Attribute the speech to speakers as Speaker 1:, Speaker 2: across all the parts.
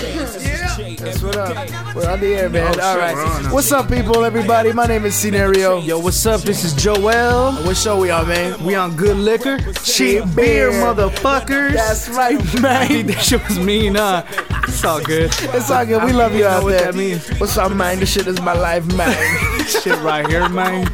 Speaker 1: That's what up. We're on the air, man.
Speaker 2: Oh,
Speaker 1: All
Speaker 2: shit,
Speaker 1: right.
Speaker 2: we're on.
Speaker 1: What's up, people? Everybody. My name is Scenario.
Speaker 2: Yo, what's up? This is Joel.
Speaker 1: What show we on, man?
Speaker 2: We on good liquor, cheap beer, motherfuckers.
Speaker 1: That's right, man.
Speaker 2: Dude, that shit was mean, huh? It's all good.
Speaker 1: It's all good. We love you
Speaker 2: I
Speaker 1: out
Speaker 2: don't even know
Speaker 1: there.
Speaker 2: what that means.
Speaker 1: What's up, man? This shit is my life, man.
Speaker 2: This shit right here, man.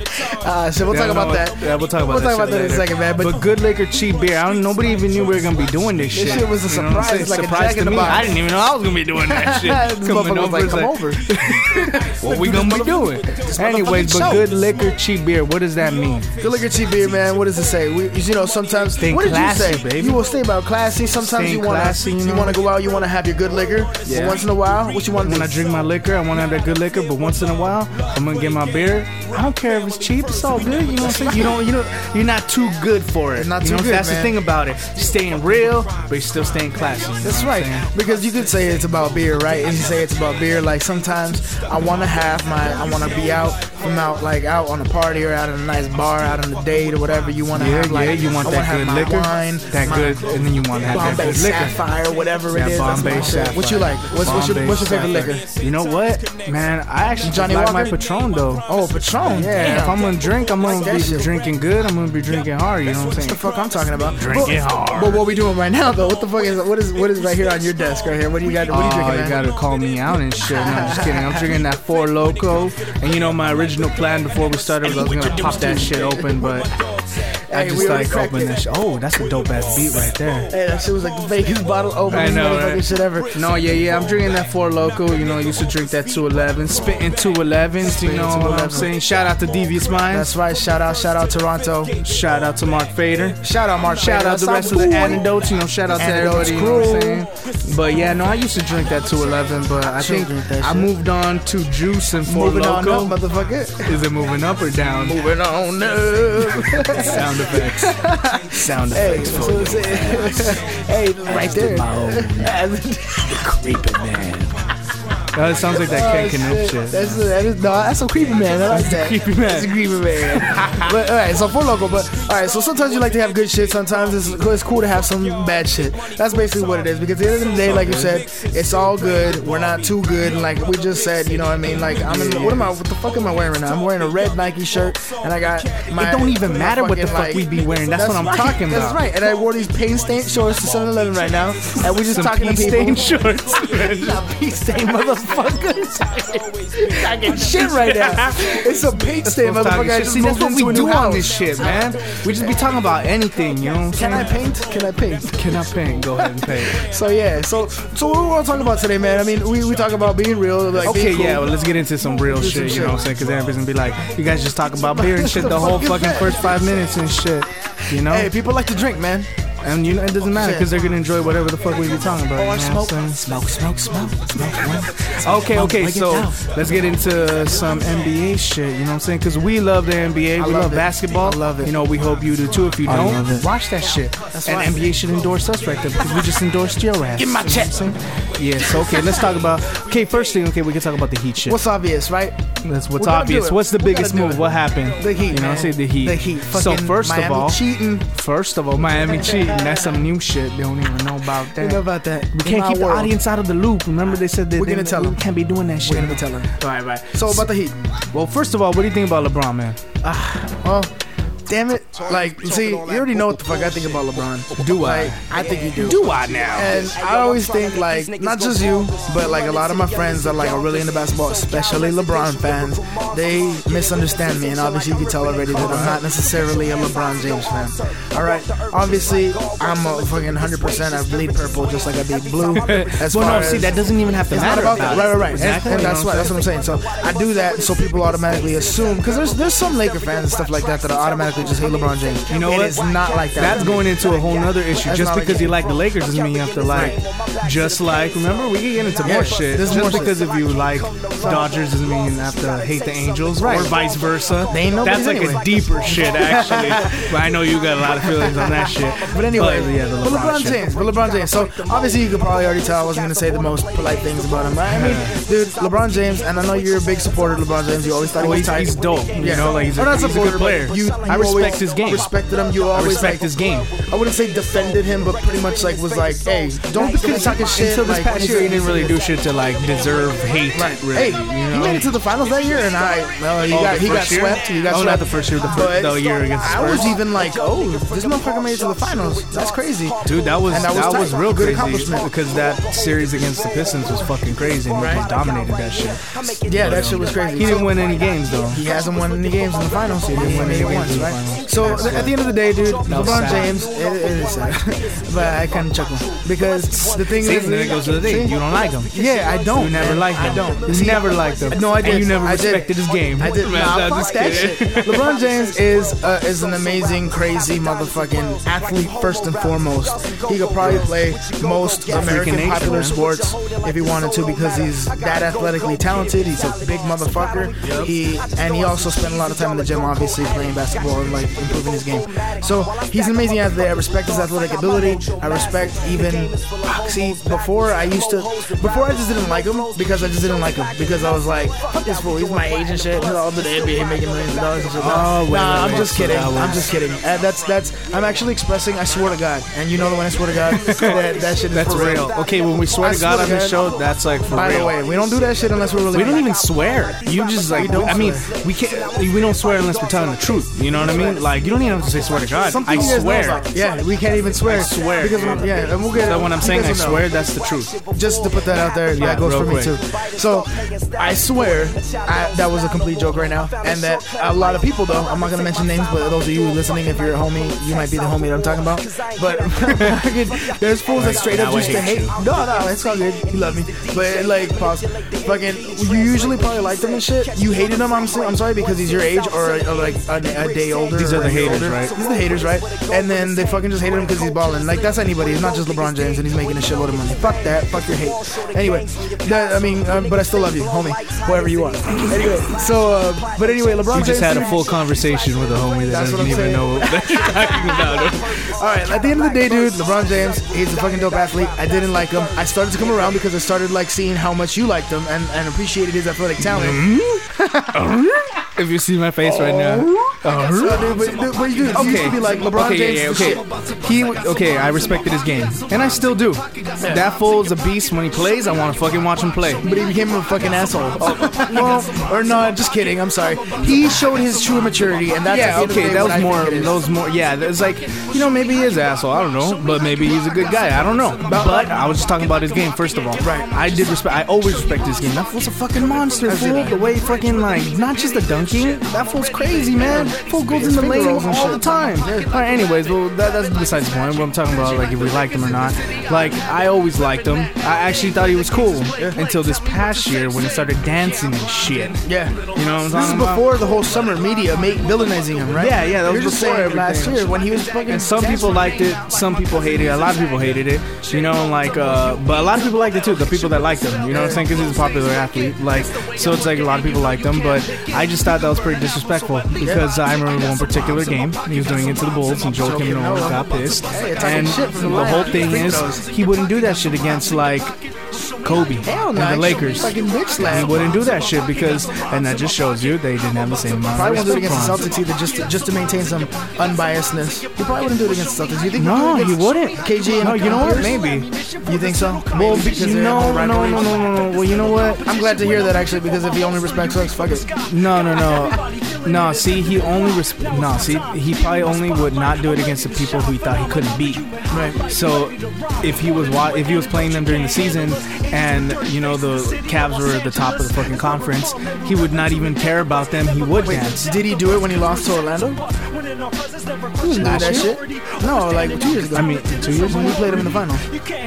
Speaker 1: Ah, shit. We'll
Speaker 2: Yeah, I
Speaker 1: talk
Speaker 2: don't
Speaker 1: about
Speaker 2: know
Speaker 1: that.
Speaker 2: what- Yeah, we'll talk about
Speaker 1: We'll
Speaker 2: that.
Speaker 1: talk about that
Speaker 2: shit
Speaker 1: in a
Speaker 2: later.
Speaker 1: second, man. But-
Speaker 2: good liquor, cheap beer. I don't. Nobody even knew we were gonna be doing this shit.
Speaker 1: shit was a
Speaker 2: You know what I'm
Speaker 1: surprise,
Speaker 2: saying?
Speaker 1: like a
Speaker 2: surprise
Speaker 1: Jack in
Speaker 2: to
Speaker 1: the
Speaker 2: me.
Speaker 1: Box.
Speaker 2: I didn't even know I was gonna be doing that shit.
Speaker 1: this motherfucker was like,
Speaker 2: it's
Speaker 1: come over.
Speaker 2: What we gonna be doing? Anyways,
Speaker 1: show.
Speaker 2: but good liquor, cheap beer. What does that mean?
Speaker 1: Good liquor, cheap beer, man. What does it say? We, you know, sometimes
Speaker 2: Stay
Speaker 1: what did you
Speaker 2: classy,
Speaker 1: say?
Speaker 2: baby.
Speaker 1: You will stay about classy. Sometimes
Speaker 2: Stay
Speaker 1: you want to
Speaker 2: classy,
Speaker 1: you,
Speaker 2: you know?
Speaker 1: want to go out. You want to have your good liquor. But
Speaker 2: Yeah.
Speaker 1: once in a while, what you want to
Speaker 2: When
Speaker 1: do?
Speaker 2: I drink my liquor, I want to have that good liquor. But once in a while, I'm gonna get my beer. I don't care if it's cheap; it's all good. You know what I'm saying? You don't, you know, you're not too good for it.
Speaker 1: Not
Speaker 2: you
Speaker 1: too
Speaker 2: know,
Speaker 1: good,
Speaker 2: That's
Speaker 1: man.
Speaker 2: the thing about it. You're staying real, but you're still staying classy.
Speaker 1: That's right. Because you could say it's about beer, right? And you say it's about beer. Like sometimes I want to have my, I want to be out, I'm out like out on a party or out at a nice bar, out on a date or whatever. You want to
Speaker 2: Yeah,
Speaker 1: have like,
Speaker 2: yeah. You want
Speaker 1: I wanna
Speaker 2: that
Speaker 1: have
Speaker 2: good
Speaker 1: my
Speaker 2: liquor,
Speaker 1: wine,
Speaker 2: that
Speaker 1: my
Speaker 2: good, and then you want to have that
Speaker 1: Bombay
Speaker 2: good liquor.
Speaker 1: Sapphire, whatever it
Speaker 2: Yeah,
Speaker 1: is. that's my
Speaker 2: Bombay
Speaker 1: shit.
Speaker 2: Sapphire.
Speaker 1: What you like? What's, what's, your,
Speaker 2: Bombay
Speaker 1: what's your favorite
Speaker 2: Sapphire.
Speaker 1: liquor?
Speaker 2: You know what, man? I actually
Speaker 1: Johnny
Speaker 2: Johnny like my
Speaker 1: Walker?
Speaker 2: Patron though.
Speaker 1: Oh, Patron.
Speaker 2: Yeah,
Speaker 1: Damn.
Speaker 2: if I'm gonna drink, I'm gonna
Speaker 1: That
Speaker 2: be
Speaker 1: shit.
Speaker 2: drinking good. I'm gonna be drinking hard. You know what I'm
Speaker 1: What the
Speaker 2: saying?
Speaker 1: fuck I'm talking about?
Speaker 2: Drink
Speaker 1: but,
Speaker 2: it hard.
Speaker 1: But what we doing right now though? What the fuck is what is what is right here on your desk right here? What do you got? What are you
Speaker 2: oh,
Speaker 1: drinking?
Speaker 2: you
Speaker 1: man?
Speaker 2: gotta call me out and shit. No, I'm just kidding. I'm drinking that Four Loco, and you know my original plan before we started was I was gonna pop that shit open, but I
Speaker 1: Hey,
Speaker 2: just
Speaker 1: we already
Speaker 2: like
Speaker 1: cracked
Speaker 2: open
Speaker 1: it.
Speaker 2: that shit. Oh, that's a dope ass beat right there.
Speaker 1: Hey, that shit was like the biggest bottle opening
Speaker 2: I know,
Speaker 1: motherfucking
Speaker 2: right?
Speaker 1: shit ever.
Speaker 2: No, yeah, yeah. I'm drinking that Four Loco. You know, I used to drink that 211, spitting 211s. You know what I'm
Speaker 1: 211s.
Speaker 2: saying? Shout out to Devious Minds.
Speaker 1: That's right. Shout out, shout out Toronto.
Speaker 2: Shout out to Mark Fader.
Speaker 1: Shout out Mark.
Speaker 2: Shout
Speaker 1: Fader.
Speaker 2: out the
Speaker 1: That's
Speaker 2: rest
Speaker 1: our
Speaker 2: of the
Speaker 1: boy.
Speaker 2: antidotes, you know. Shout out to
Speaker 1: Antidotes
Speaker 2: everybody, you know what I'm saying? But yeah, no, I used to drink that 211, but I
Speaker 1: Shouldn't
Speaker 2: think
Speaker 1: drink that
Speaker 2: I
Speaker 1: shit.
Speaker 2: moved on to juice and four
Speaker 1: Moving on
Speaker 2: loco.
Speaker 1: up, motherfucker.
Speaker 2: Is it moving up or down?
Speaker 1: Moving on up.
Speaker 2: Sound effects. Sound
Speaker 1: hey,
Speaker 2: effects.
Speaker 1: so it's- hey, right there.
Speaker 2: Oh, it sounds like that Ken Connect shit.
Speaker 1: That's a, that is, no, that's a creepy man. I like that.
Speaker 2: creepy man.
Speaker 1: That's a creepy man. but all right, so for local, but all right, so sometimes you like to have good shit. Sometimes it's, it's cool to have some bad shit. That's basically what it is. Because at the end of the day, like you said, it's all good. We're not too good. And like we just said, you know what I mean? Like I'm in. What am I? What the fuck am I wearing right now? I'm wearing a red Nike shirt, and I got. My,
Speaker 2: It don't even
Speaker 1: my
Speaker 2: matter what the
Speaker 1: fucking,
Speaker 2: fuck we be wearing. That's what I'm
Speaker 1: right.
Speaker 2: talking
Speaker 1: That's
Speaker 2: about.
Speaker 1: right. And I wore these paint stained shorts to 7-Eleven right now, and we just
Speaker 2: Some
Speaker 1: talking to people.
Speaker 2: stained shorts.
Speaker 1: Not pee stain, motherfuckers. Talking shit right now. It's a paint stain, motherfucker. I just
Speaker 2: See, that's
Speaker 1: moved
Speaker 2: what
Speaker 1: into
Speaker 2: we
Speaker 1: a new
Speaker 2: do on
Speaker 1: house.
Speaker 2: this shit, man. We just be talking about anything, you know what I'm
Speaker 1: Can I
Speaker 2: saying?
Speaker 1: paint? Can I paint?
Speaker 2: Can I paint? Go ahead and paint.
Speaker 1: So yeah, so so what we're gonna talk about today, man. I mean, we, we talk about being real, like
Speaker 2: Okay,
Speaker 1: being cool.
Speaker 2: yeah, well, let's get into some real shit, you
Speaker 1: shit.
Speaker 2: know what I'm saying? Because everybody's gonna be like, you guys just talk about beer and shit the whole fucking first five minutes and shit, you know?
Speaker 1: Hey, people like to drink, man.
Speaker 2: And you know, it doesn't matter
Speaker 1: shit.
Speaker 2: because they're gonna enjoy whatever the fuck we be talking about.
Speaker 1: Or
Speaker 2: you know
Speaker 1: smoke,
Speaker 2: what I'm saying?
Speaker 1: Oh, smoke, smoke, smoke, smoke.
Speaker 2: Okay, okay, so let's get into some NBA shit, you know what I'm saying? Because we love the NBA, we
Speaker 1: love
Speaker 2: love,
Speaker 1: it.
Speaker 2: basketball.
Speaker 1: I love it.
Speaker 2: You know, we hope you do too. If you don't,
Speaker 1: love it.
Speaker 2: watch that shit. and
Speaker 1: right.
Speaker 2: NBA should endorse us right there because we just endorsed your ass.
Speaker 1: Give me my
Speaker 2: you know what I'm saying? Yeah, so okay, let's talk about. Okay, first thing, okay, we can talk about the Heat shit.
Speaker 1: What's obvious, right?
Speaker 2: That's
Speaker 1: We
Speaker 2: what's
Speaker 1: gotta
Speaker 2: obvious.
Speaker 1: do it.
Speaker 2: What's the
Speaker 1: We
Speaker 2: biggest
Speaker 1: gotta do
Speaker 2: move?
Speaker 1: it.
Speaker 2: What happened?
Speaker 1: The Heat.
Speaker 2: You know,
Speaker 1: man.
Speaker 2: I say the Heat.
Speaker 1: The Heat.
Speaker 2: So
Speaker 1: Fucking
Speaker 2: first
Speaker 1: Miami
Speaker 2: of all,
Speaker 1: cheating.
Speaker 2: first of all, Miami cheating. That's some new shit. They don't even know about that.
Speaker 1: You know about that?
Speaker 2: we can't keep the audience out of the loop. Remember they said that
Speaker 1: We're
Speaker 2: they-
Speaker 1: gonna tell
Speaker 2: we
Speaker 1: them.
Speaker 2: can't be doing that shit.
Speaker 1: We're gonna tell them.
Speaker 2: Right, right.
Speaker 1: So about the Heat.
Speaker 2: well, first of all, what do you think about LeBron, man?
Speaker 1: Oh, damn it! Like, see, you already know what the fuck I think about LeBron.
Speaker 2: Do I?
Speaker 1: Like, I think you do.
Speaker 2: Do I now?
Speaker 1: And I always think like not just you, but like a lot of my friends that like are really into basketball, especially LeBron fans, they misunderstand me and obviously you can tell already that I'm not necessarily a LeBron James fan. Alright. Obviously I'm a fucking hundred percent I bleed purple just like I bleed blue. As
Speaker 2: well,
Speaker 1: far
Speaker 2: no. See,
Speaker 1: as-
Speaker 2: that doesn't even have to
Speaker 1: it's not
Speaker 2: matter.
Speaker 1: about that. Right, right, right. And-
Speaker 2: Exactly.
Speaker 1: And,
Speaker 2: you know
Speaker 1: that's why
Speaker 2: what I'm
Speaker 1: that's what I'm saying. So I do that so people automatically assume because there's there's some Laker fans and stuff like that that automatically just hate LeBron James.
Speaker 2: You know what?
Speaker 1: It's not like that.
Speaker 2: That's going into a whole nother issue.
Speaker 1: That's
Speaker 2: Just
Speaker 1: not
Speaker 2: because
Speaker 1: okay.
Speaker 2: you like the Lakers doesn't mean you have to like. Just like, remember, we can get into
Speaker 1: Yeah,
Speaker 2: more shit.
Speaker 1: there's
Speaker 2: Just
Speaker 1: more shit.
Speaker 2: because if you like Dodgers doesn't mean you have to hate the Angels,
Speaker 1: Right.
Speaker 2: or vice versa.
Speaker 1: They ain't nobody's
Speaker 2: That's like
Speaker 1: anyway.
Speaker 2: a deeper shit, actually. but I know you got a lot of feelings on that shit.
Speaker 1: But anyway,
Speaker 2: yeah, the
Speaker 1: but LeBron,
Speaker 2: LeBron, shit.
Speaker 1: James, but LeBron James. So obviously you could probably already tell I wasn't gonna say the most polite things about him. I mean, dude, LeBron James, and I know you're a big supporter of LeBron James. You always thought he was
Speaker 2: Well, he's,
Speaker 1: tight.
Speaker 2: he's dope. You know, like he's
Speaker 1: Or
Speaker 2: a,
Speaker 1: not
Speaker 2: he's a
Speaker 1: supporter,
Speaker 2: good
Speaker 1: but
Speaker 2: player.
Speaker 1: You, you
Speaker 2: I respect his game.
Speaker 1: Respected him. You always
Speaker 2: respect
Speaker 1: like,
Speaker 2: his game.
Speaker 1: I wouldn't say defended him, but pretty much like was like, hey, don't be talking shit.
Speaker 2: Until this
Speaker 1: like,
Speaker 2: past year, he didn't really do shit to like deserve hate.
Speaker 1: Right.
Speaker 2: Really,
Speaker 1: hey,
Speaker 2: you
Speaker 1: he
Speaker 2: know?
Speaker 1: made it to the finals that year, and I no, he
Speaker 2: Oh,
Speaker 1: got
Speaker 2: the
Speaker 1: he got
Speaker 2: first year?
Speaker 1: swept. He got
Speaker 2: Oh, not
Speaker 1: swept
Speaker 2: the first year, the
Speaker 1: But
Speaker 2: fir- the year against the
Speaker 1: I was
Speaker 2: Spurs.
Speaker 1: even like, oh, this motherfucker made it to the finals. That's crazy,
Speaker 2: Dude, that was
Speaker 1: And
Speaker 2: that
Speaker 1: that
Speaker 2: was,
Speaker 1: was tight.
Speaker 2: real
Speaker 1: Good
Speaker 2: crazy
Speaker 1: accomplishment.
Speaker 2: because that series against the Pistons was fucking crazy and he just dominated that shit.
Speaker 1: Yeah,
Speaker 2: But,
Speaker 1: that
Speaker 2: um,
Speaker 1: shit was crazy.
Speaker 2: He didn't win any games though.
Speaker 1: He hasn't won any games in the finals. He didn't win any
Speaker 2: games
Speaker 1: once,
Speaker 2: in the
Speaker 1: right?
Speaker 2: finals.
Speaker 1: So th- at the end of the day, dude,
Speaker 2: No,
Speaker 1: LeBron
Speaker 2: sad.
Speaker 1: James, it, it is sad, but I kind of chuckle because the thing
Speaker 2: See,
Speaker 1: is,
Speaker 2: and then it goes to the thing.
Speaker 1: See?
Speaker 2: You don't like him.
Speaker 1: Yeah, I don't.
Speaker 2: You never
Speaker 1: man.
Speaker 2: liked him.
Speaker 1: I don't.
Speaker 2: You never liked him.
Speaker 1: No, I
Speaker 2: And
Speaker 1: did.
Speaker 2: you never
Speaker 1: I did.
Speaker 2: respected his game.
Speaker 1: I did.
Speaker 2: Man,
Speaker 1: Nah,
Speaker 2: I'm
Speaker 1: fuck
Speaker 2: just
Speaker 1: that
Speaker 2: kidding.
Speaker 1: shit. LeBron James is uh, is an amazing, crazy motherfucking athlete first and foremost. He could probably play most American
Speaker 2: nature,
Speaker 1: popular
Speaker 2: man.
Speaker 1: sports if he wanted to because he's that athletically talented. He's a big motherfucker. He and he also spent a lot of time in the gym, obviously playing basketball and like improving his game. So he's an amazing athlete. I respect his athletic ability. I respect even fuck, see before I used to before I just didn't like him because I just didn't like him because I was like fuck this fool. He's my age and shit. He's all to the NBA making millions of dollars and shit.
Speaker 2: Oh, wait,
Speaker 1: nah,
Speaker 2: wait,
Speaker 1: I'm
Speaker 2: wait.
Speaker 1: just
Speaker 2: So
Speaker 1: kidding.
Speaker 2: that
Speaker 1: I'm
Speaker 2: was-
Speaker 1: just kidding. Uh, that's that's. I'm actually expressing. I swear to God, and you know that when I swear to God, that, that shit is
Speaker 2: That's
Speaker 1: for
Speaker 2: real. Okay, when we swear
Speaker 1: I
Speaker 2: to God
Speaker 1: swear
Speaker 2: on
Speaker 1: to
Speaker 2: this show,
Speaker 1: God.
Speaker 2: that's like for
Speaker 1: By
Speaker 2: real.
Speaker 1: the way, we don't do that shit unless we're really.
Speaker 2: We don't even swear. You just like
Speaker 1: don't
Speaker 2: I mean,
Speaker 1: swear.
Speaker 2: we can't. We don't swear unless we're telling the truth. You know what I mean? Like you don't even have to say swear to God.
Speaker 1: Something
Speaker 2: I
Speaker 1: you guys know
Speaker 2: swear.
Speaker 1: about. Yeah, we can't even swear.
Speaker 2: I swear,
Speaker 1: Because
Speaker 2: dude.
Speaker 1: yeah, and we'll get.
Speaker 2: So when I'm
Speaker 1: you
Speaker 2: saying I
Speaker 1: guys will know.
Speaker 2: swear, that's the truth.
Speaker 1: just to put that out there,
Speaker 2: Yeah,
Speaker 1: that goes
Speaker 2: real
Speaker 1: for me
Speaker 2: quick.
Speaker 1: too. So I swear, I, that was a complete joke right now, and that a lot of people though. I'm not gonna mention names, but those of you listening, if you're a homie, you might be the homie that I'm talking about. But fucking, there's fools that straight up
Speaker 2: Now I
Speaker 1: used to
Speaker 2: hate
Speaker 1: hate. No, no, it's all good. You love me, but like, pause. Fucking, you usually probably liked him and shit. You hated him. I'm s- I'm sorry because he's your age or, uh, like a, a day older.
Speaker 2: These
Speaker 1: or
Speaker 2: are the
Speaker 1: a year
Speaker 2: haters,
Speaker 1: older.
Speaker 2: right?
Speaker 1: These are the haters, right? And then they fucking just hated him because he's balling. Like that's anybody. It's not just LeBron James, and he's making a shitload of money. Fuck that. Fuck your hate. Anyway, that, I mean, um, but I still love you, homie, whoever you are. Anyway, so uh, but anyway, LeBron
Speaker 2: You
Speaker 1: James,
Speaker 2: just had a
Speaker 1: dude-
Speaker 2: full conversation with a homie that
Speaker 1: That's what I'm
Speaker 2: doesn't even
Speaker 1: saying.
Speaker 2: know what you're talking about.
Speaker 1: All right, at the end of the day, dude, LeBron James, he's a fucking dope athlete. I didn't like him. I started to come around because I started like seeing how much you liked him and, and appreciated his athletic talent.
Speaker 2: Mm-hmm. If you see my face right now.
Speaker 1: Oh.
Speaker 2: Uh,
Speaker 1: So, dude, but, dude, but dude, you used to be like LeBron
Speaker 2: okay,
Speaker 1: James.
Speaker 2: yeah,
Speaker 1: is the shit.
Speaker 2: yeah, okay. He w- okay. I respected his game, and I still do. That fool is a beast when he plays. I want to fucking watch him play.
Speaker 1: But he became a fucking asshole.
Speaker 2: Oh,
Speaker 1: well, or no, just kidding. I'm sorry. He showed his true maturity, and that's at
Speaker 2: Yeah,
Speaker 1: the end of the
Speaker 2: okay,
Speaker 1: day
Speaker 2: that
Speaker 1: what
Speaker 2: was
Speaker 1: I
Speaker 2: more.
Speaker 1: think it is.
Speaker 2: That was more. Yeah, it's like you know, maybe he is an asshole. I don't know, but maybe he's a good guy. I don't know. But I was just talking about his game first of all. Right. I did respect. I always respect his game. That fool's a fucking monster. Fool. The way he fucking like, not just the dunking. That fool's crazy, man. Fool goes in the
Speaker 1: Finger
Speaker 2: lane
Speaker 1: rolls and
Speaker 2: all
Speaker 1: shit.
Speaker 2: the time. All right. Anyways, well, that, that's besides the point. What I'm talking about, like, if we liked him or not. Like, I always liked him. I actually thought he was cool until this past year when he started dancing and shit.
Speaker 1: yeah.
Speaker 2: You know what I'm
Speaker 1: This is
Speaker 2: talking about?
Speaker 1: before the whole summer media made villainizing him, right?
Speaker 2: Yeah, yeah, that was
Speaker 1: You're just
Speaker 2: before
Speaker 1: saying last
Speaker 2: everything.
Speaker 1: year when he was fucking.
Speaker 2: And some people liked it, some people hated it, a lot of people hated it, you know, and like, uh, but a lot of people liked it too, the people that liked him, you know what I'm saying? Because he's a popular athlete, like, so it's like a lot of people liked him, but I just thought that was pretty disrespectful because I remember one particular game, he was doing it to the Bulls, and Joel Kim Noah got pissed, and the whole thing is, he wouldn't do that shit against, like, Kobe
Speaker 1: Hell
Speaker 2: and
Speaker 1: no,
Speaker 2: the
Speaker 1: he's
Speaker 2: Lakers.
Speaker 1: Fucking bitch
Speaker 2: He
Speaker 1: slap.
Speaker 2: wouldn't do that shit because, and that just shows you they didn't have the same amount
Speaker 1: Probably won't
Speaker 2: of
Speaker 1: do it against the
Speaker 2: response.
Speaker 1: Celtics either, just to, just to maintain some unbiasedness. He probably wouldn't do it against the Celtics. You think?
Speaker 2: No,
Speaker 1: he'd
Speaker 2: he
Speaker 1: do it
Speaker 2: wouldn't.
Speaker 1: against KG and
Speaker 2: no, you know what?
Speaker 1: Pierce?
Speaker 2: Maybe.
Speaker 1: You think so? Maybe,
Speaker 2: Well, because
Speaker 1: because they're
Speaker 2: no,
Speaker 1: more
Speaker 2: no, no,
Speaker 1: rivalry.
Speaker 2: no, no, no. Well, you know what?
Speaker 1: I'm glad to hear that actually, because if he only respects us, fuck it.
Speaker 2: No, no, no. No, see, he only res- no, see, he probably only would not do it against the people who he thought he couldn't beat.
Speaker 1: Right.
Speaker 2: So, if he was wa- if he was playing them during the season, and you know the Cavs were at the top of the fucking conference, he would not even care about them. He would dance.
Speaker 1: Did he do it when he lost to Orlando? He was
Speaker 2: Last
Speaker 1: that
Speaker 2: year?
Speaker 1: shit. No, like two years ago.
Speaker 2: I mean, two years
Speaker 1: when we
Speaker 2: ago.
Speaker 1: played him in the final.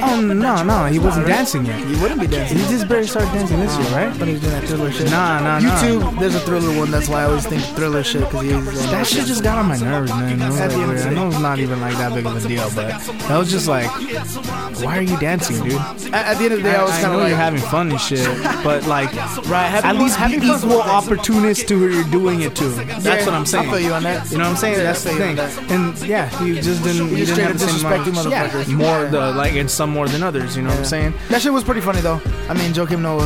Speaker 2: Oh no, no, he wasn't dancing yet.
Speaker 1: He wouldn't be
Speaker 2: He
Speaker 1: dancing.
Speaker 2: just barely started dancing this year, right?
Speaker 1: But he was doing that thriller shit.
Speaker 2: Nah, nah, nah.
Speaker 1: YouTube, there's a thriller one. That's why I always think thriller shit because he's
Speaker 2: That shit just got on my nerves, man. I, was
Speaker 1: At the
Speaker 2: like,
Speaker 1: end of the
Speaker 2: "Wait, I
Speaker 1: day.
Speaker 2: know it's not even like that big of a deal, but that was just like, why are you dancing, dude?
Speaker 1: At, at the end of the day, I was
Speaker 2: I
Speaker 1: kind
Speaker 2: know
Speaker 1: of like,
Speaker 2: you're having fun and shit, but like,
Speaker 1: right, having
Speaker 2: at
Speaker 1: fun-
Speaker 2: least be
Speaker 1: having fun
Speaker 2: equal
Speaker 1: with it.
Speaker 2: opportunists to who you're doing it to. That's
Speaker 1: Yeah,
Speaker 2: what I'm saying.
Speaker 1: I feel you on that.
Speaker 2: You know what I'm saying?
Speaker 1: Yeah,
Speaker 2: That's
Speaker 1: I
Speaker 2: the
Speaker 1: feel you
Speaker 2: thing.
Speaker 1: on
Speaker 2: And yeah, you just didn't. You,
Speaker 1: You just
Speaker 2: didn't have the
Speaker 1: straight
Speaker 2: same
Speaker 1: up
Speaker 2: amount.
Speaker 1: disrespecting
Speaker 2: Yeah,
Speaker 1: motherfuckers.
Speaker 2: more
Speaker 1: Yeah.
Speaker 2: the like, and some more than others. You know what I'm saying?
Speaker 1: That shit was pretty funny though. I mean, Joakim Noah.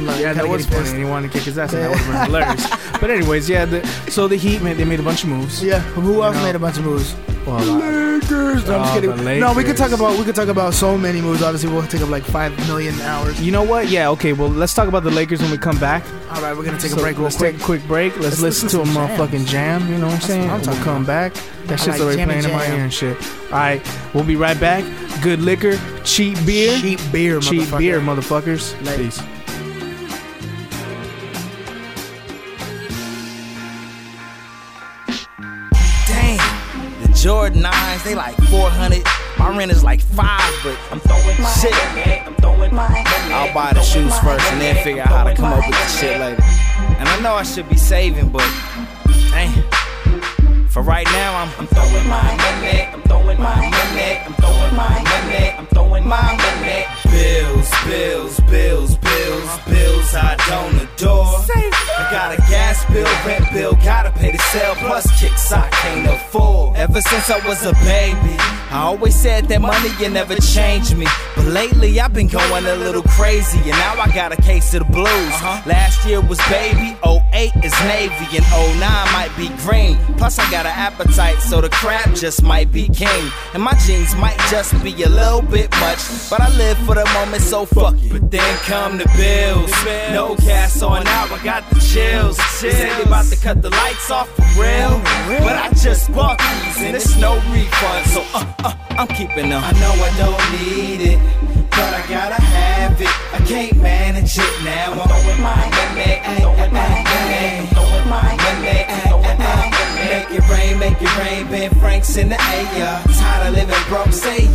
Speaker 3: Like,
Speaker 2: yeah, that
Speaker 3: kinda
Speaker 2: was
Speaker 3: getting
Speaker 2: funny.
Speaker 3: pissed.
Speaker 2: And he wanted to kick his ass, and that would have been hilarious. But anyways, yeah. The, so the Heat, man, they made a bunch of moves.
Speaker 3: Yeah, who else
Speaker 2: know.
Speaker 3: made a bunch of moves?
Speaker 2: Well,
Speaker 3: The
Speaker 2: uh,
Speaker 3: Lakers. No, I'm just
Speaker 2: Oh, the
Speaker 3: kidding. No, we could talk
Speaker 2: Lakers.
Speaker 3: about we could talk about so many moves. Obviously, we'll take up like five million hours.
Speaker 2: you know what? Yeah, okay. Well, let's talk about the Lakers when we come back.
Speaker 3: All right, we're gonna take
Speaker 2: So
Speaker 3: a break real
Speaker 2: Let's
Speaker 3: quick.
Speaker 2: take a quick break. Let's,
Speaker 3: Let's
Speaker 2: listen to a
Speaker 3: listen to some
Speaker 2: motherfucking jam. You know what I'm saying?
Speaker 3: what I'm
Speaker 2: we'll
Speaker 3: talking
Speaker 2: come back. That shit's
Speaker 3: like
Speaker 2: already
Speaker 3: jammy
Speaker 2: playing in my
Speaker 3: jam.
Speaker 2: ear and shit. All right, we'll be right back. Good liquor, cheap beer,
Speaker 3: Cheap beer,
Speaker 2: cheap
Speaker 3: motherfucker.
Speaker 2: beer, motherfuckers.
Speaker 3: Like-
Speaker 2: Peace.
Speaker 1: Damn, the Jordan 9s, they like 400. My rent is like five, but I'm throwing shit. I'll buy the shoes first and then figure out how to come up with the shit later. And I know I should be saving, but damn. For right now, I'm, I'm throwing my money, I'm throwing my money, I'm throwing my money, I'm throwing my money. Bills, bills, bills, bills, bills, I don't adore. I got a gas bill, rent bill, gotta pay the sale, plus kicks I can't afford. Ever since I was a baby, I always said that money you never changed me. But lately, I've been going a little crazy, and now I got a case of the blues. Last year was baby, 08 is navy, and 09 might be green. Plus, I got an appetite, so the crab just might be king. And my jeans might just be a little bit much, but I live for the moment, so fuck it. But then come the bills. No gas on now, I got the chills. They say they about to cut the lights off for real. But I just bought these, and it's no refund, so uh, uh, I'm keeping them. I know I don't need it. But I gotta have it. I can't manage it now. I'm throwing my money, ay, ay, ay, ay. throwing my money, ay, ay, ay. Make it rain, make it rain. Ben Frank's in the air. Tired of living broke, say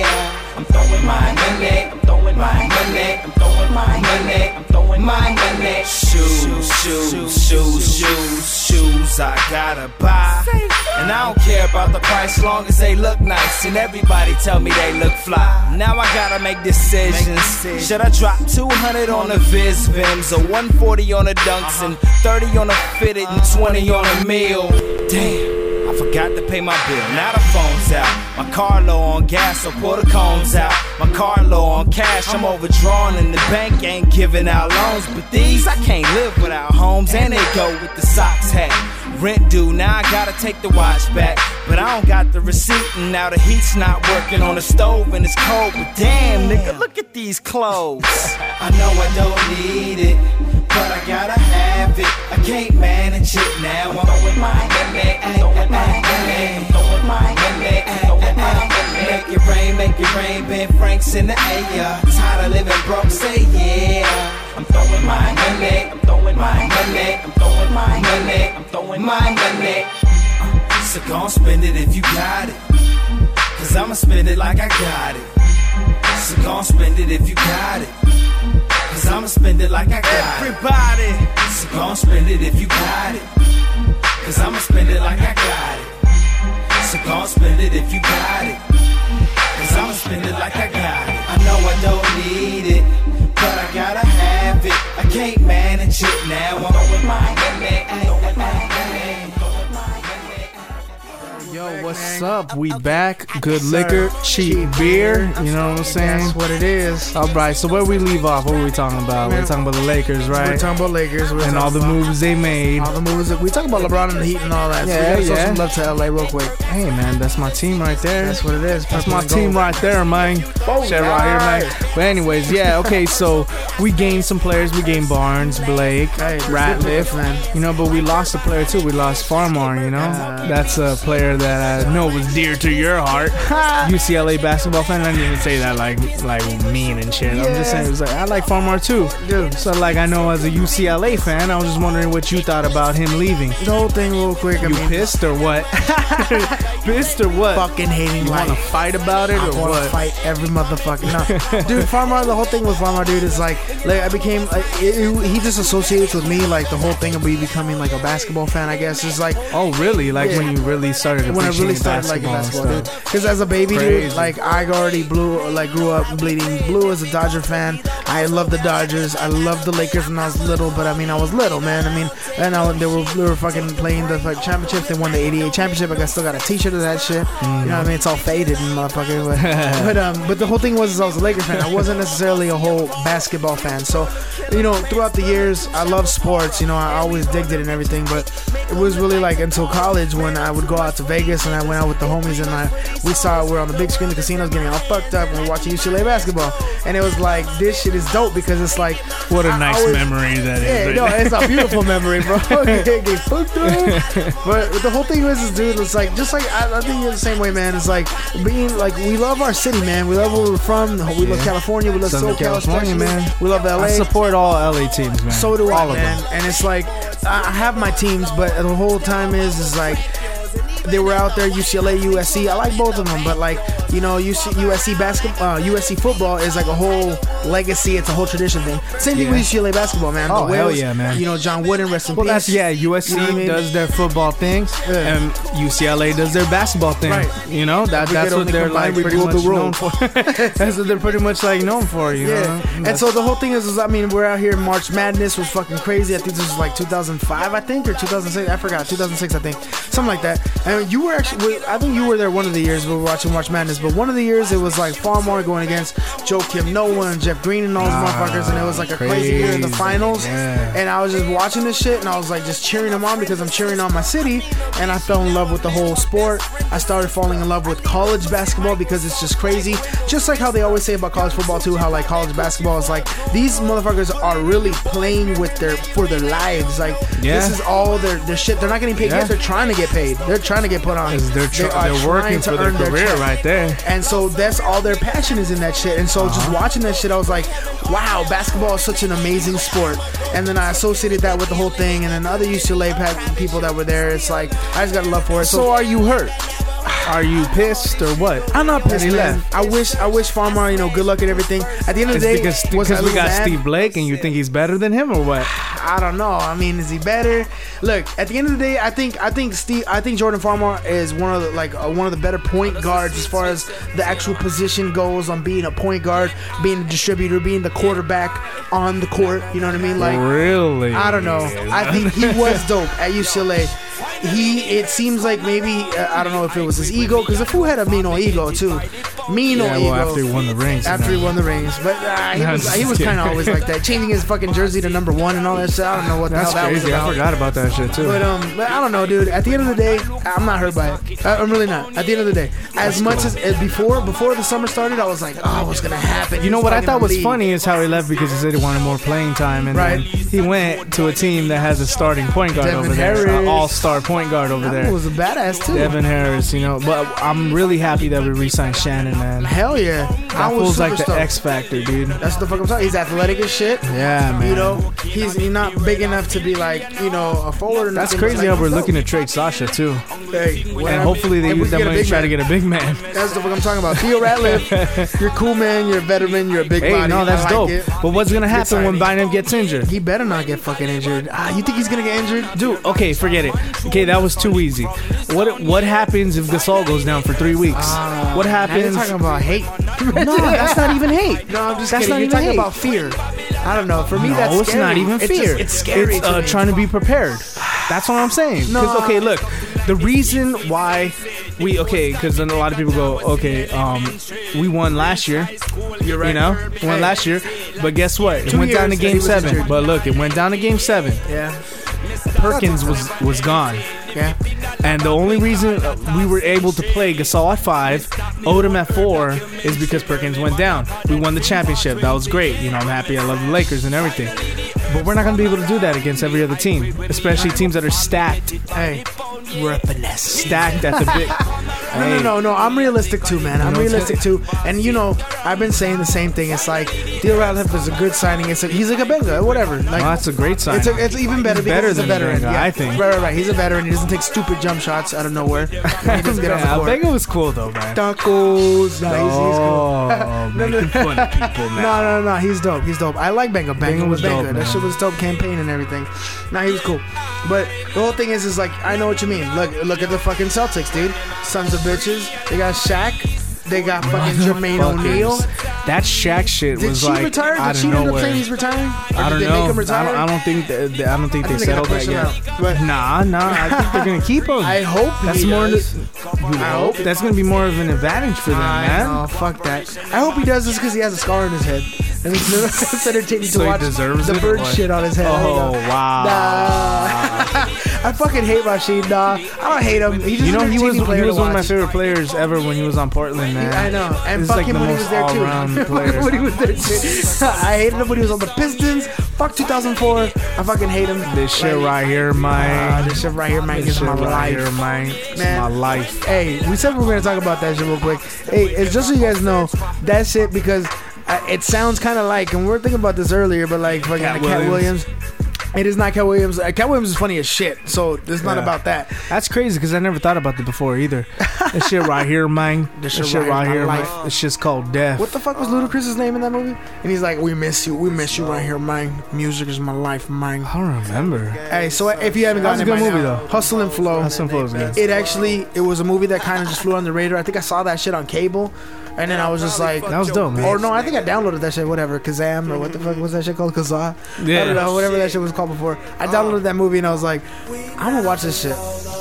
Speaker 1: yeah. I'm throwing my money, I'm throwing my money, I'm throwing my money, I'm throwing my money. Shoes, shoes, shoes, shoes, shoes. I gotta buy. And I don't care about the price, long as they look nice. And everybody tell me they look fly. Now I gotta make decisions. Should I drop 200 on the Viz Vims, or 140 on the Dunks, and 30 on the Fitted, and 20 on the Meal? Damn, I forgot to pay my bill. Now the phone's out. My car low on gas, so pull the cones out. My car low on cash, I'm overdrawn, and the bank ain't giving out loans. But these, I can't live without homes, and they go with the socks hat. Rent due, now I gotta take the watch back. But I don't got the receipt, and now the heat's not working on the stove, and it's cold. But damn, nigga, look at these clothes. I know I don't need it, but I gotta have it. I can't manage it now. I'm throwing my money, ay, ay, ay, ay. throwing my money, ay, ay, ay. Make it rain, make it rain. Ben Frank's in the air. Tired of living broke, say yeah. I'm throwing my money, I'm throwing my money, I'm throwing my money, I'm throwing my money. Uh, So gon' spend it if you got it. Cause I'ma spend it like I got it. So gon' spend it if you got it. Cause I'ma spend it like I got Everybody. it. Everybody! So gon' spend it if you got it. Cause I'ma spend it like I got it. So gon' spend it if you got it. Cause I'ma spend it like I got it. I know I don't need it, but I gotta have it. I can't manage it now. I'm throwing my money. I'm throwing my money. I'm throwing my money.
Speaker 2: Yo, what's up? We back. Good liquor, cheap beer. You know what I'm saying?
Speaker 3: That's what it is.
Speaker 2: All right. So where we leave off? What were we talking about? We We're talking about the Lakers,
Speaker 3: We're
Speaker 2: right?
Speaker 3: talking about Lakers. We're
Speaker 2: And all the
Speaker 3: talking
Speaker 2: moves they made.
Speaker 3: about all the moves. that- We talk about LeBron and the Heat and all that.
Speaker 2: Yeah,
Speaker 3: so we gotta
Speaker 2: yeah.
Speaker 3: show some love to LA real quick.
Speaker 2: Hey man, that's my team right there.
Speaker 3: That's what it is.
Speaker 2: That's
Speaker 3: Purple
Speaker 2: my
Speaker 3: and
Speaker 2: team
Speaker 3: gold.
Speaker 2: right there, man. Shit right here, man. But anyways, yeah, okay, so we gained some players. We gained Barnes, Blake,
Speaker 3: Hey,
Speaker 2: Ratliff,
Speaker 3: man.
Speaker 2: you know, but we lost a player too. We lost Farmar, you know.
Speaker 3: Oh
Speaker 2: That's a player that I know was dear to your heart. UCLA basketball fan. I didn't even say that like like mean and shit. I'm just saying it's like I like Farmar too.
Speaker 3: Dude.
Speaker 2: So like I know as a UCLA fan, I was just wondering what you thought about him leaving.
Speaker 3: The whole thing real quick. I
Speaker 2: You
Speaker 3: mean,
Speaker 2: pissed or what? pissed or what?
Speaker 3: fucking hating
Speaker 2: You want to
Speaker 3: life.
Speaker 2: fight about it
Speaker 3: I
Speaker 2: or
Speaker 3: want to
Speaker 2: what?
Speaker 3: fight every motherfucker. No, dude, Farmer. The whole thing with Farmer, dude, is like, like I became. Like, it, it- he just associates with me like the whole thing of me becoming like a basketball fan. I guess is like
Speaker 2: Oh, really? Like when you really started
Speaker 3: when I really
Speaker 2: appreciating
Speaker 3: started liking
Speaker 2: basketball and
Speaker 3: basketball, dude.
Speaker 2: stuff.
Speaker 3: Because as a baby,
Speaker 2: Crazy.
Speaker 3: dude, like I already blew, like grew up bleeding blue as a Dodger fan.
Speaker 1: I love the Dodgers. I love the Lakers when I was little, but I mean, I was little, man. I mean, and I, they were they were fucking playing the like, championships. They won the '88 championship. Like, I still got a T-shirt of that shit. You know
Speaker 2: Mm-hmm.
Speaker 1: what I mean? It's all faded, and motherfucker. But, but um, but the whole thing was, is I was a Lakers fan. I wasn't necessarily a whole basketball fan. So, you know, throughout the years, I love sports. You know, I always digged it and everything. But it was really like until college when I would go out to Vegas and I went out with the homies and I we saw we we're on the big screen, the casinos getting all fucked up and we we're watching UCLA basketball. And it was like this shit is dope because it's like
Speaker 2: What a
Speaker 1: I
Speaker 2: nice
Speaker 1: always-
Speaker 2: memory that is.
Speaker 1: yeah,
Speaker 2: right
Speaker 1: no,
Speaker 2: there.
Speaker 1: it's a beautiful memory, bro. Get- get fucked up. but the whole thing is, is, dude, it's like just like I, I think you're the same way, man. It's like being like we love our city, man. We love where we're from. We love
Speaker 2: Yeah.
Speaker 1: California. We love
Speaker 2: Southern
Speaker 1: SoCal, California,
Speaker 2: California, man.
Speaker 1: man. We love LA.
Speaker 2: I support all LA teams, man.
Speaker 1: So do
Speaker 2: all
Speaker 1: I,
Speaker 2: of
Speaker 1: man.
Speaker 2: them.
Speaker 1: And it's like I I have my teams, but the whole time is is like they were out there UCLA, USC. I like both of them, but like you know, UC, USC basketball, uh, USC football is like a whole legacy. It's a whole tradition thing. Same thing with
Speaker 2: Yeah.
Speaker 1: UCLA basketball, man.
Speaker 2: Oh,
Speaker 1: the
Speaker 2: hell
Speaker 1: Wales,
Speaker 2: yeah, man.
Speaker 1: You know, John Wooden, rest in
Speaker 2: Well,
Speaker 1: peace.
Speaker 2: that's yeah. USC
Speaker 1: You know what I mean?
Speaker 2: does their football things,
Speaker 1: Yeah.
Speaker 2: and UCLA does their basketball thing.
Speaker 1: Right.
Speaker 2: You know that
Speaker 1: We
Speaker 2: that's
Speaker 1: could
Speaker 2: what
Speaker 1: only
Speaker 2: they're
Speaker 1: combine,
Speaker 2: like
Speaker 1: we
Speaker 2: pretty
Speaker 1: rule
Speaker 2: much
Speaker 1: the
Speaker 2: known
Speaker 1: world.
Speaker 2: for. that's what they're pretty much like known for. You
Speaker 1: Yeah,
Speaker 2: know.
Speaker 1: and so the whole thing is, is, I mean, we're out here. March Madness was fucking crazy. I think this was like 2005, I think, or 2006. I forgot. 2006, I think, something like that. And you were actually, we- I think you were there one of the years we were watching March Madness. But one of the years it was like Farmar going against Joe Kim Noah and Jeff Green and all those motherfuckers, and it was like a crazy year in the
Speaker 2: crazy,
Speaker 1: finals.
Speaker 2: yeah.
Speaker 1: And I was just watching this shit, and I was like just cheering them on because I'm cheering on my city, and I fell in love with the whole sport. I started falling in love with college basketball because it's just crazy. Just like how they always say about college football too, how like college basketball is like these motherfuckers are really playing with their for their lives. Like
Speaker 2: Yeah.
Speaker 1: this is all their their shit. They're not getting paid.
Speaker 2: Yeah.
Speaker 1: Yes, they're trying to get paid. They're trying to get put on.
Speaker 2: Is they're, tr-
Speaker 1: They are
Speaker 2: they're
Speaker 1: trying
Speaker 2: working
Speaker 1: to
Speaker 2: for their
Speaker 1: earn
Speaker 2: career
Speaker 1: check.
Speaker 2: right there.
Speaker 1: And so that's all their passion is in that shit. And so just watching that shit, I was like, wow, basketball is such an amazing sport. And then I associated that with the whole thing. And then other UCLA pa- people that were there, it's like, I just got love for it. So,
Speaker 2: So are you hurt? Are you pissed or what?
Speaker 1: I'm not pissed,
Speaker 2: he
Speaker 1: man.
Speaker 2: left.
Speaker 1: I wish, I wish Farmer, you know, good luck and everything. At the end of the day,
Speaker 2: It's because
Speaker 1: was I
Speaker 2: because
Speaker 1: a
Speaker 2: we
Speaker 1: little
Speaker 2: got
Speaker 1: mad?
Speaker 2: Steve Blake and you think he's better than him or what?
Speaker 1: I don't know. I mean, is he better? Look, at the end of the day, I think I think Steve, I think Jordan Farmer is one of the, like uh, one of the better point guards as far as the actual position goes on being a point guard, being a distributor, being the quarterback on the court. You know what I mean? Like
Speaker 2: really?
Speaker 1: I don't know. I think he was dope at UCLA. He, it seems like maybe uh, I don't know if it was his ego because the fool had a mean old ego too, mean old
Speaker 2: Yeah,
Speaker 1: ego.
Speaker 2: well, after he won the rings,
Speaker 1: after
Speaker 2: you
Speaker 1: he
Speaker 2: know.
Speaker 1: won the rings, but uh, he
Speaker 2: No, I'm
Speaker 1: was
Speaker 2: just
Speaker 1: he was
Speaker 2: kidding.
Speaker 1: kind of always like that, changing his fucking jersey to number one and all that shit. I don't know what the
Speaker 2: That's
Speaker 1: hell that
Speaker 2: crazy.
Speaker 1: was
Speaker 2: I
Speaker 1: about.
Speaker 2: forgot about that shit too.
Speaker 1: But um, but I don't know, dude. At the end of the day, I'm not hurt by it. I, I'm really not. At the end of the day, as much as, as before before the summer started, I was like, oh, what's gonna happen?
Speaker 2: You know
Speaker 1: He's
Speaker 2: what I
Speaker 1: fucking
Speaker 2: thought was
Speaker 1: league.
Speaker 2: funny is how he left because he said he wanted more playing time, and
Speaker 1: Right.
Speaker 2: then he went to a team that has a starting point guard
Speaker 1: Devin
Speaker 2: over there, an
Speaker 1: Harris.
Speaker 2: all-star point guard over
Speaker 1: That fool
Speaker 2: there,
Speaker 1: was a badass too.
Speaker 2: Devin Harris. You know, but I'm really happy that we re-signed Shannon, man. That
Speaker 1: Hell yeah, I was
Speaker 2: fool's
Speaker 1: super
Speaker 2: like the
Speaker 1: stoked.
Speaker 2: X factor, dude.
Speaker 1: That's the fuck I'm talking. He's athletic as shit.
Speaker 2: Yeah, man.
Speaker 1: You know, he's, he's not big enough to be like you know a forward. Or
Speaker 2: That's
Speaker 1: nothing, but,
Speaker 2: crazy
Speaker 1: like,
Speaker 2: how we're
Speaker 1: he's
Speaker 2: looking to
Speaker 1: dope.
Speaker 2: trade Sasha too,
Speaker 1: Hey,
Speaker 2: and
Speaker 1: whatever.
Speaker 2: hopefully they
Speaker 1: If we
Speaker 2: use that
Speaker 1: get a
Speaker 2: money to
Speaker 1: big
Speaker 2: try to
Speaker 1: man.
Speaker 2: get a big man.
Speaker 1: That's the fuck I'm talking about. Theo Ratliff, you're cool man. You're a better man. You're a big
Speaker 2: Hey,
Speaker 1: body.
Speaker 2: no,
Speaker 1: I
Speaker 2: that's
Speaker 1: like
Speaker 2: dope.
Speaker 1: it.
Speaker 2: But what's gonna happen when Bynum gets injured?
Speaker 1: He better not get fucking injured. Ah, you think he's gonna get injured?
Speaker 2: Dude, okay, forget it. Okay, that was too easy. What what happens if Gasol goes down for three weeks? what
Speaker 1: Ah, Now you're
Speaker 2: happens?
Speaker 1: talking about hate.
Speaker 2: No, that's not even hate.
Speaker 1: No, I'm just
Speaker 2: That's
Speaker 1: kidding.
Speaker 2: not
Speaker 1: you're
Speaker 2: even
Speaker 1: talking
Speaker 2: hate.
Speaker 1: about fear. I don't know. For me,
Speaker 2: No,
Speaker 1: that's
Speaker 2: it's
Speaker 1: scary.
Speaker 2: not even fear.
Speaker 1: It's, just- it's scary.
Speaker 2: It's,
Speaker 1: to
Speaker 2: uh,
Speaker 1: me.
Speaker 2: trying to be prepared. That's what I'm saying. 'Cause,
Speaker 1: No.
Speaker 2: okay, look, the reason why we okay, because then a lot of people go, okay, um, we won last year. You're right. You know, we won
Speaker 1: Hey.
Speaker 2: last year, but guess what? It
Speaker 1: Two
Speaker 2: went down to
Speaker 1: years that he
Speaker 2: game
Speaker 1: was
Speaker 2: seven.
Speaker 1: injured.
Speaker 2: But look, it went down to game seven.
Speaker 1: Yeah.
Speaker 2: Perkins was was gone.
Speaker 1: Yeah.
Speaker 2: And the only reason uh, we were able to play Gasol at five, Odom at four, is because Perkins went down. We won the championship. That was great. You know, I'm happy. I love the Lakers and everything. But we're not going to be able to do that against every other team, especially teams that are stacked,
Speaker 1: Hey. We're a finesse.
Speaker 2: stacked at the big.
Speaker 1: No, no, no, no. I'm realistic too, man. I'm
Speaker 2: know,
Speaker 1: realistic too. And you know, I've been saying the same thing. It's like Theo Radcliffe is a good signing. It's a, he's like a benga, whatever. Like
Speaker 2: oh, that's a great sign.
Speaker 1: It's, a, it's even better
Speaker 2: He's
Speaker 1: because
Speaker 2: better
Speaker 1: he's a
Speaker 2: than a
Speaker 1: veteran.
Speaker 2: Benga,
Speaker 1: yeah.
Speaker 2: I think.
Speaker 1: Right, right, right. He's a veteran. He doesn't take stupid jump shots out of nowhere. He doesn't get on
Speaker 2: Yeah,
Speaker 1: the court.
Speaker 2: Albenga was cool though, man.
Speaker 1: Tacos. Nah, he's- he's cool.
Speaker 2: Oh,
Speaker 1: No, no.
Speaker 2: making fun of people
Speaker 1: No,
Speaker 2: now.
Speaker 1: no, no, He's dope. He's dope. I like Benga. Benga
Speaker 2: Benga
Speaker 1: was
Speaker 2: was dope,
Speaker 1: Benga. That
Speaker 2: man.
Speaker 1: shit was dope campaign and everything. Nah, he was cool. But the whole thing is, is like, I know what you mean. Look, look at the fucking Celtics, dude. Sons of bitches. They got Shaq. They got fucking Jermaine
Speaker 2: Motherfuckers.
Speaker 1: O'Neal.
Speaker 2: That Shaq shit
Speaker 1: Did
Speaker 2: was
Speaker 1: she
Speaker 2: like
Speaker 1: retire? Did
Speaker 2: out of
Speaker 1: she end up
Speaker 2: nowhere.
Speaker 1: saying he's retiring? Or
Speaker 2: I
Speaker 1: did
Speaker 2: don't
Speaker 1: they
Speaker 2: know.
Speaker 1: Make him retire?
Speaker 2: I, don't, I don't think that, that- I don't think
Speaker 1: I
Speaker 2: they
Speaker 1: think they're
Speaker 2: settled
Speaker 1: gonna
Speaker 2: that
Speaker 1: push him
Speaker 2: yet.
Speaker 1: out, but-
Speaker 2: nah, nah. I think they're gonna keep him.
Speaker 1: I hope
Speaker 2: that's
Speaker 1: he
Speaker 2: more.
Speaker 1: does.
Speaker 2: than-
Speaker 1: I hope.
Speaker 2: that's gonna be more of an advantage for them,
Speaker 1: I
Speaker 2: man.
Speaker 1: know, fuck that. I hope he does this because he has a scar on his head. And it's, it's entertaining
Speaker 2: So
Speaker 1: to
Speaker 2: he
Speaker 1: watch
Speaker 2: deserves
Speaker 1: the
Speaker 2: it, or
Speaker 1: bird
Speaker 2: what?
Speaker 1: shit on his head. I don't
Speaker 2: Oh
Speaker 1: know.
Speaker 2: wow.
Speaker 1: Nah. I fucking hate Rashid, nah. I don't hate him. He's just
Speaker 2: You know
Speaker 1: an
Speaker 2: he was
Speaker 1: entertaining
Speaker 2: he
Speaker 1: player
Speaker 2: was
Speaker 1: to
Speaker 2: one of my
Speaker 1: watch.
Speaker 2: favorite players ever when he was on Portland, man.
Speaker 1: I know, and
Speaker 2: He's
Speaker 1: fuck
Speaker 2: like
Speaker 1: him
Speaker 2: the
Speaker 1: when he
Speaker 2: most
Speaker 1: was there
Speaker 2: all-round
Speaker 1: too.
Speaker 2: player.
Speaker 1: when he was there too. I hated him when he was on the Pistons. Fuck 2004. I fucking hate him.
Speaker 2: This shit
Speaker 1: Like,
Speaker 2: right here,
Speaker 1: Ah,
Speaker 2: Mike.
Speaker 1: this shit right here, man,
Speaker 2: This
Speaker 1: is
Speaker 2: shit
Speaker 1: my
Speaker 2: right
Speaker 1: life.
Speaker 2: here, Mike. It's
Speaker 1: Man.
Speaker 2: my life.
Speaker 1: Hey, we said we were gonna talk about that shit real quick. Hey, it's just so you guys know that shit because uh, it sounds kind of like, and we were thinking about this earlier, but like fucking
Speaker 2: Cat
Speaker 1: Cat Williams.
Speaker 2: Williams.
Speaker 1: It is not Cat Williams. Uh, Cat Williams is funny as shit, so it's not
Speaker 2: Yeah.
Speaker 1: about that.
Speaker 2: That's crazy because I never thought about it before either. This shit right here, man. This shit, right,
Speaker 1: is my
Speaker 2: here, man.
Speaker 1: life.
Speaker 2: This shit's called death.
Speaker 1: What the fuck was Ludacris's name in that movie? And he's like, "We miss you, we miss you right here, man. Music is my life, man."
Speaker 2: I don't remember.
Speaker 1: Hey, so if you haven't gotten
Speaker 2: That was a
Speaker 1: it
Speaker 2: good
Speaker 1: by
Speaker 2: movie,
Speaker 1: now,
Speaker 2: though.
Speaker 1: Hustle and Flow.
Speaker 2: Hustle and Flow is good.
Speaker 1: It actually, it was a movie that kind of just flew under the radar. I think I saw that shit on cable, and then I was just like,
Speaker 2: That was dope, man.
Speaker 1: Or no, I think I downloaded that shit, whatever, Kazam or what the fuck was that shit called, Kazaa? I
Speaker 2: Yeah. Oh.
Speaker 1: don't know, whatever that shit was called before. I downloaded that movie and I was like, I'm gonna watch this shit,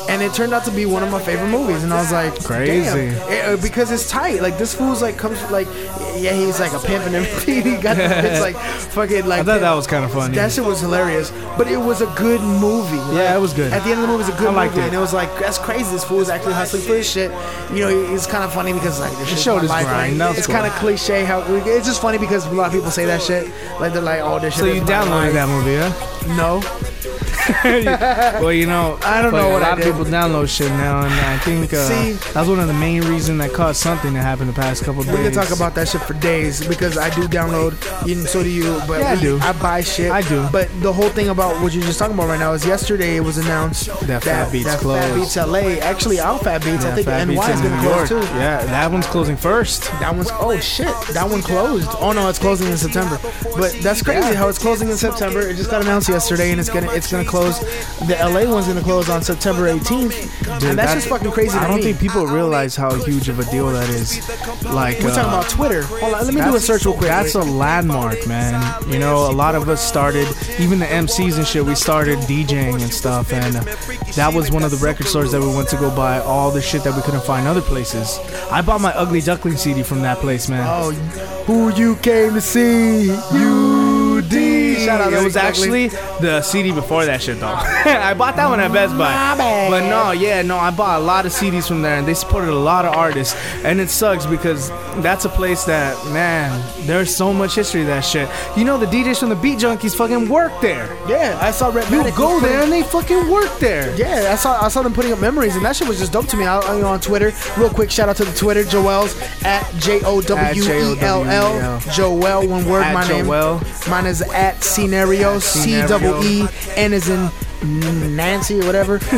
Speaker 1: and it turned out to be one of my favorite movies, and I was like,
Speaker 2: Crazy.
Speaker 1: damn. It- uh, because it's tight. Like this fool's like comes like, yeah, he's like a pimp and everything. He got it's like fucking like.
Speaker 2: I thought that was kind of funny.
Speaker 1: That shit was hilarious, but it was a good movie.
Speaker 2: Yeah, it was good.
Speaker 1: At the end of the movie, it was a good
Speaker 2: I liked
Speaker 1: movie,
Speaker 2: it.
Speaker 1: and it was like that's crazy. This fool is actually hustling for his shit. You know, it- it's kind of funny because like this
Speaker 2: showed his
Speaker 1: life.
Speaker 2: grind. That
Speaker 1: Like,
Speaker 2: was
Speaker 1: it's
Speaker 2: cool.
Speaker 1: kind of cliche how it's just funny because a lot of people say that shit. Like they're like, "Oh, this shit."
Speaker 2: so
Speaker 1: is
Speaker 2: you
Speaker 1: my
Speaker 2: downloaded that
Speaker 1: life.
Speaker 2: movie, huh?
Speaker 1: No,
Speaker 2: well, you know,
Speaker 1: I don't know
Speaker 2: fucking
Speaker 1: what
Speaker 2: a
Speaker 1: I
Speaker 2: lot of
Speaker 1: did.
Speaker 2: people download shit now, and I think uh,
Speaker 1: See-
Speaker 2: that's one of the main reasons that caused something to happen the past couple days.
Speaker 1: we can talk about that shit for days because I do download, and so do you. But
Speaker 2: Yeah, I
Speaker 1: we-
Speaker 2: do.
Speaker 1: I buy shit.
Speaker 2: I do.
Speaker 1: But the whole thing about what you're just talking about right now is yesterday it was announced
Speaker 2: That Fat Beats
Speaker 1: that Fat
Speaker 2: closed.
Speaker 1: Beats LA actually out Fat Beats. I
Speaker 2: Yeah,
Speaker 1: think
Speaker 2: Fat
Speaker 1: NY
Speaker 2: Beats
Speaker 1: is
Speaker 2: in
Speaker 1: gonna
Speaker 2: New
Speaker 1: close
Speaker 2: York.
Speaker 1: too.
Speaker 2: Yeah, that one's closing first.
Speaker 1: That one's oh shit. That one closed. Oh no, it's closing in September. But that's crazy how it's closing in September. It just got announced yesterday, and it's gonna it's gonna close. The LA one's gonna close on September 18th, and that's
Speaker 2: that-
Speaker 1: just fucking crazy.
Speaker 2: I
Speaker 1: to
Speaker 2: don't
Speaker 1: me.
Speaker 2: think people realize how huge of a deal that is. Like
Speaker 1: we're
Speaker 2: uh,
Speaker 1: talking about Twitter. Hold on, let me do a
Speaker 2: that's-
Speaker 1: search real quick.
Speaker 2: That's a landmark, man. You know, a lot of us started, even the MCs and shit. We started DJing and stuff, and uh, that was one of the record stores that we went to go buy all the shit that we couldn't find other places. I bought my Ugly Duckling CD from that place, man.
Speaker 1: oh, who you came to see? You D. Shout out.
Speaker 2: it
Speaker 1: Lil
Speaker 2: was
Speaker 1: Ducky.
Speaker 2: actually the CD before that shit though. I bought that one at Best Buy.
Speaker 1: My bad.
Speaker 2: But no, yeah, no, I bought a lot of CDs from there, and they supported a lot of artists. And it sucks because that's a place that man, there's so much history to that shit. You know, the DJs from the Beat Junkies fucking work there.
Speaker 1: Yeah, I saw Red.
Speaker 2: You
Speaker 1: Matic
Speaker 2: go
Speaker 1: was
Speaker 2: there
Speaker 1: putting-
Speaker 2: and they fucking work there.
Speaker 1: Yeah, I saw I saw them putting up memories, and that shit was just dope to me. I, I- you know, on Twitter, real quick, shout out to the Twitter, Joel's at J O W E L L,
Speaker 2: At
Speaker 1: Joel, one word,
Speaker 2: At
Speaker 1: my
Speaker 2: Joel.
Speaker 1: name. Mine is at Scenario, C double E, N is in Nancy or whatever,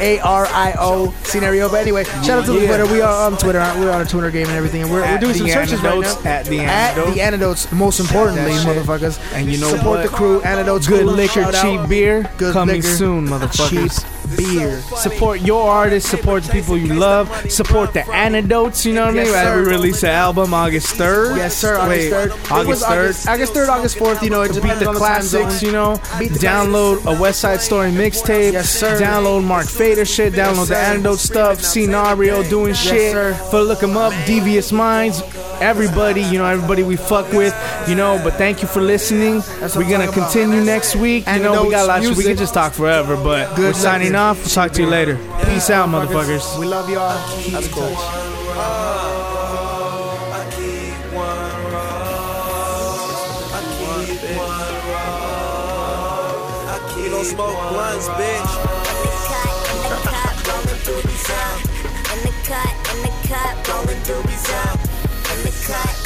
Speaker 1: A R I O Scenario. But anyway, shout out to the
Speaker 2: Yeah.
Speaker 1: Twitter. We are on Twitter. aren't we? We're on a Twitter game and everything, and we're, we're
Speaker 2: At
Speaker 1: doing
Speaker 2: the
Speaker 1: some searches right
Speaker 2: Antidotes,
Speaker 1: now.
Speaker 2: at the
Speaker 1: At
Speaker 2: Antidotes.
Speaker 1: the antidotes, most importantly,
Speaker 2: shit.
Speaker 1: motherfuckers.
Speaker 2: And you know
Speaker 1: support
Speaker 2: what?
Speaker 1: the crew. Antidotes,
Speaker 2: Good
Speaker 1: cool,
Speaker 2: liquor,
Speaker 1: shout out.
Speaker 2: cheap beer
Speaker 1: Good
Speaker 2: coming
Speaker 1: liquor,
Speaker 2: soon, motherfuckers.
Speaker 1: Cheap beer.
Speaker 2: Support your artists, support the people you love, support the antidotes, you know what I mean?
Speaker 1: Yes, sir.
Speaker 2: we release an album August 3rd.
Speaker 1: Yes, sir. August
Speaker 2: Wait,
Speaker 1: third. It was
Speaker 2: August 3rd.
Speaker 1: August, August third, August fourth. You know, it
Speaker 2: Beat
Speaker 1: depends
Speaker 2: the
Speaker 1: on the time zone.
Speaker 2: classics, you know.
Speaker 1: Beat the
Speaker 2: Download a West Side Story mixtape.
Speaker 1: Yes, sir.
Speaker 2: Download Mark Fader shit. Download
Speaker 1: sir.
Speaker 2: the antidote stuff. Scenario doing shit.
Speaker 1: sir.
Speaker 2: For look 'em up. Devious Minds. Everybody, you know, everybody we fuck with, you know. But thank you for listening.
Speaker 1: That's what
Speaker 2: We're
Speaker 1: I'm
Speaker 2: gonna
Speaker 1: talking about.
Speaker 2: continue next week. You know, we got a lot. Of, shit- we
Speaker 1: Antidotes,
Speaker 2: can just talk forever, but
Speaker 1: Good
Speaker 2: we're signing
Speaker 1: liquor.
Speaker 2: off. We'll talk to you later. Peace out, motherfuckers.
Speaker 1: We love y'all. That's cool.
Speaker 4: We gon' smoke blunts, bitch.
Speaker 5: In the cut, in the cut, rolling doobies up. In the cut,